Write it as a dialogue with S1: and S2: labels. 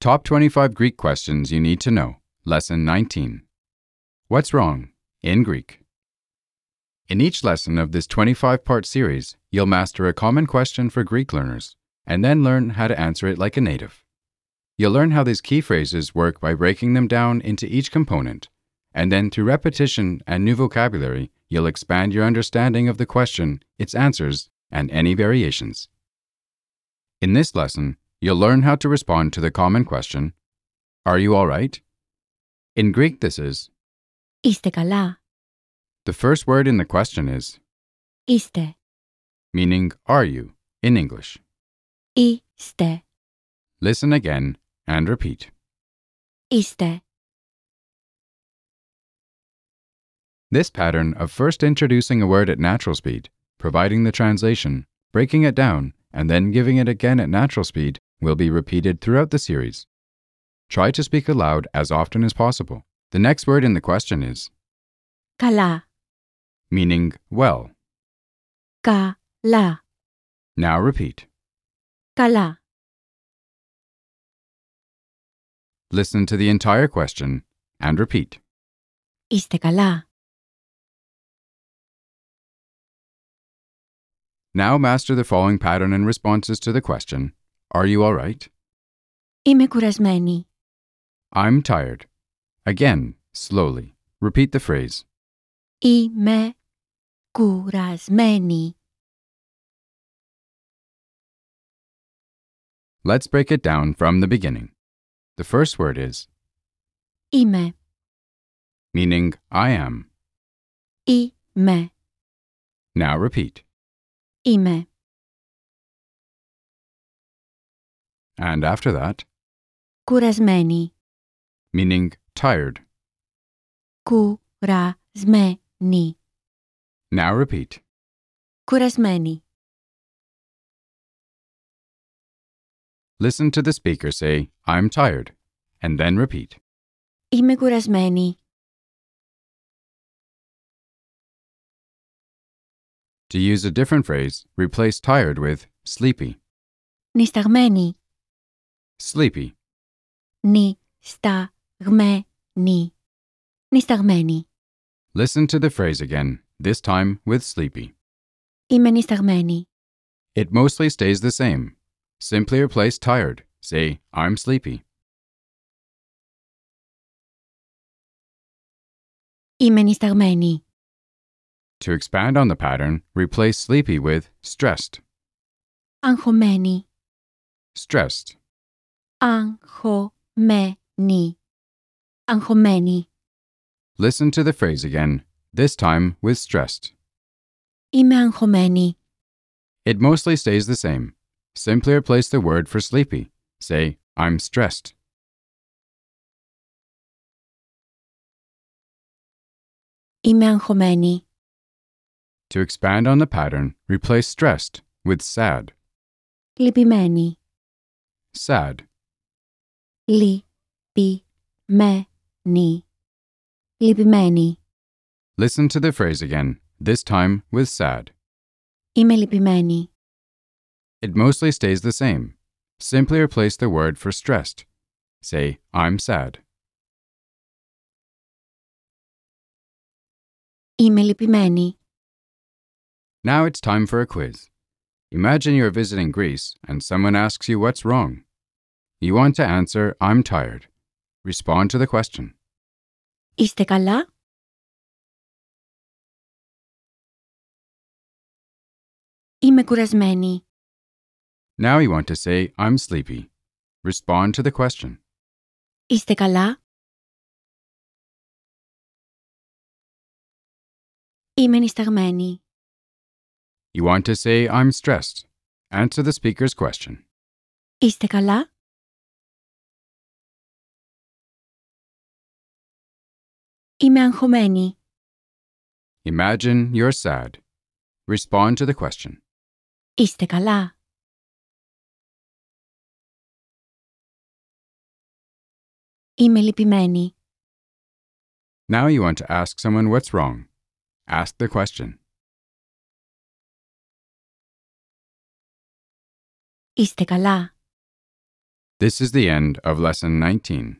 S1: Top 25 Greek Questions You Need to Know, Lesson 19. What's Wrong? in Greek. In each lesson of this 25 part series, you'll master a common question for Greek learners and then learn how to answer it like a native. You'll learn how these key phrases work by breaking them down into each component, and then through repetition and new vocabulary, you'll expand your understanding of the question, its answers, and any variations. In this lesson, you'll learn how to respond to the common question, Are you all right? In Greek, this is
S2: Είστε καλά.
S1: the first word in the question is,
S2: Είστε.
S1: meaning are you, in English.
S2: Είστε.
S1: Listen again and repeat.
S2: Είστε.
S1: This pattern of first introducing a word at natural speed, providing the translation, breaking it down, and then giving it again at natural speed will be repeated throughout the series. Try to speak aloud as often as possible. The next word in the question is,
S2: Καλά.
S1: meaning well.
S2: Καλά.
S1: Now repeat.
S2: Καλά.
S1: Listen to the entire question and repeat.
S2: Είστε καλά.
S1: Now master the following pattern and responses to the question Are you alright?
S2: Είμαι κουρασμένη.
S1: I'm tired. Again, slowly. Repeat the phrase.
S2: Είμαι κουρασμένη.
S1: Let's break it down from the beginning. The first word is,
S2: Είμαι.
S1: meaning I am.
S2: Είμαι.
S1: Now repeat.
S2: Είμαι.
S1: And after that,
S2: Κουρασμένη.
S1: meaning tired.
S2: Κουρασμένη.
S1: Now repeat.
S2: Κουρασμένη.
S1: Listen to the speaker say, I'm tired, and then repeat.
S2: Είμαι κουρασμένη.
S1: To use a different phrase, replace tired with sleepy.
S2: Νισταγμένη.
S1: Sleepy.
S2: Νισταγμένη. Νισταγμένη.
S1: Listen to the phrase again, this time with sleepy.
S2: Είμαι νισταγμένη.
S1: It mostly stays the same. Simply replace tired. Say, I'm sleepy.
S2: Είμαι νισταγμένη.
S1: To expand on the pattern, replace sleepy with stressed.
S2: Αγχωμένη.
S1: Stressed.
S2: Αγχωμένη. Αγχωμένη.
S1: Listen to the phrase again, this time with stressed.
S2: Είμαι αγχωμένη.
S1: It mostly stays the same. Simply replace the word for sleepy. Say, I'm stressed.
S2: Είμαι αγχωμένη.
S1: To expand on the pattern, replace stressed with sad.
S2: Λυπημένη.
S1: Sad.
S2: Λυπημένη. Λυπημένη.
S1: Listen to the phrase again, this time with sad.
S2: Είμαι λυπημένη.
S1: It mostly stays the same. Simply replace the word for stressed. Say, I'm sad.
S2: Είμαι λυπημένη.
S1: Now it's time for a quiz. Imagine you're visiting Greece and someone asks you what's wrong. You want to answer, I'm tired. Respond to the question.
S2: Είστε καλά? Είμαι κουρασμένη.
S1: Now you want to say, I'm sleepy. Respond to the question.
S2: Είστε καλά? Είμαι νησταγμένη.
S1: You want to say, I'm stressed. Answer the speaker's question.
S2: Είστε καλά? Είμαι αγχωμένη.
S1: Imagine you're sad. Respond to the question.
S2: Είστε καλά? Είμαι λυπημένη.
S1: Now you want to ask someone what's wrong. Ask the question.
S2: Είστε καλά?
S1: This is the end of lesson 19.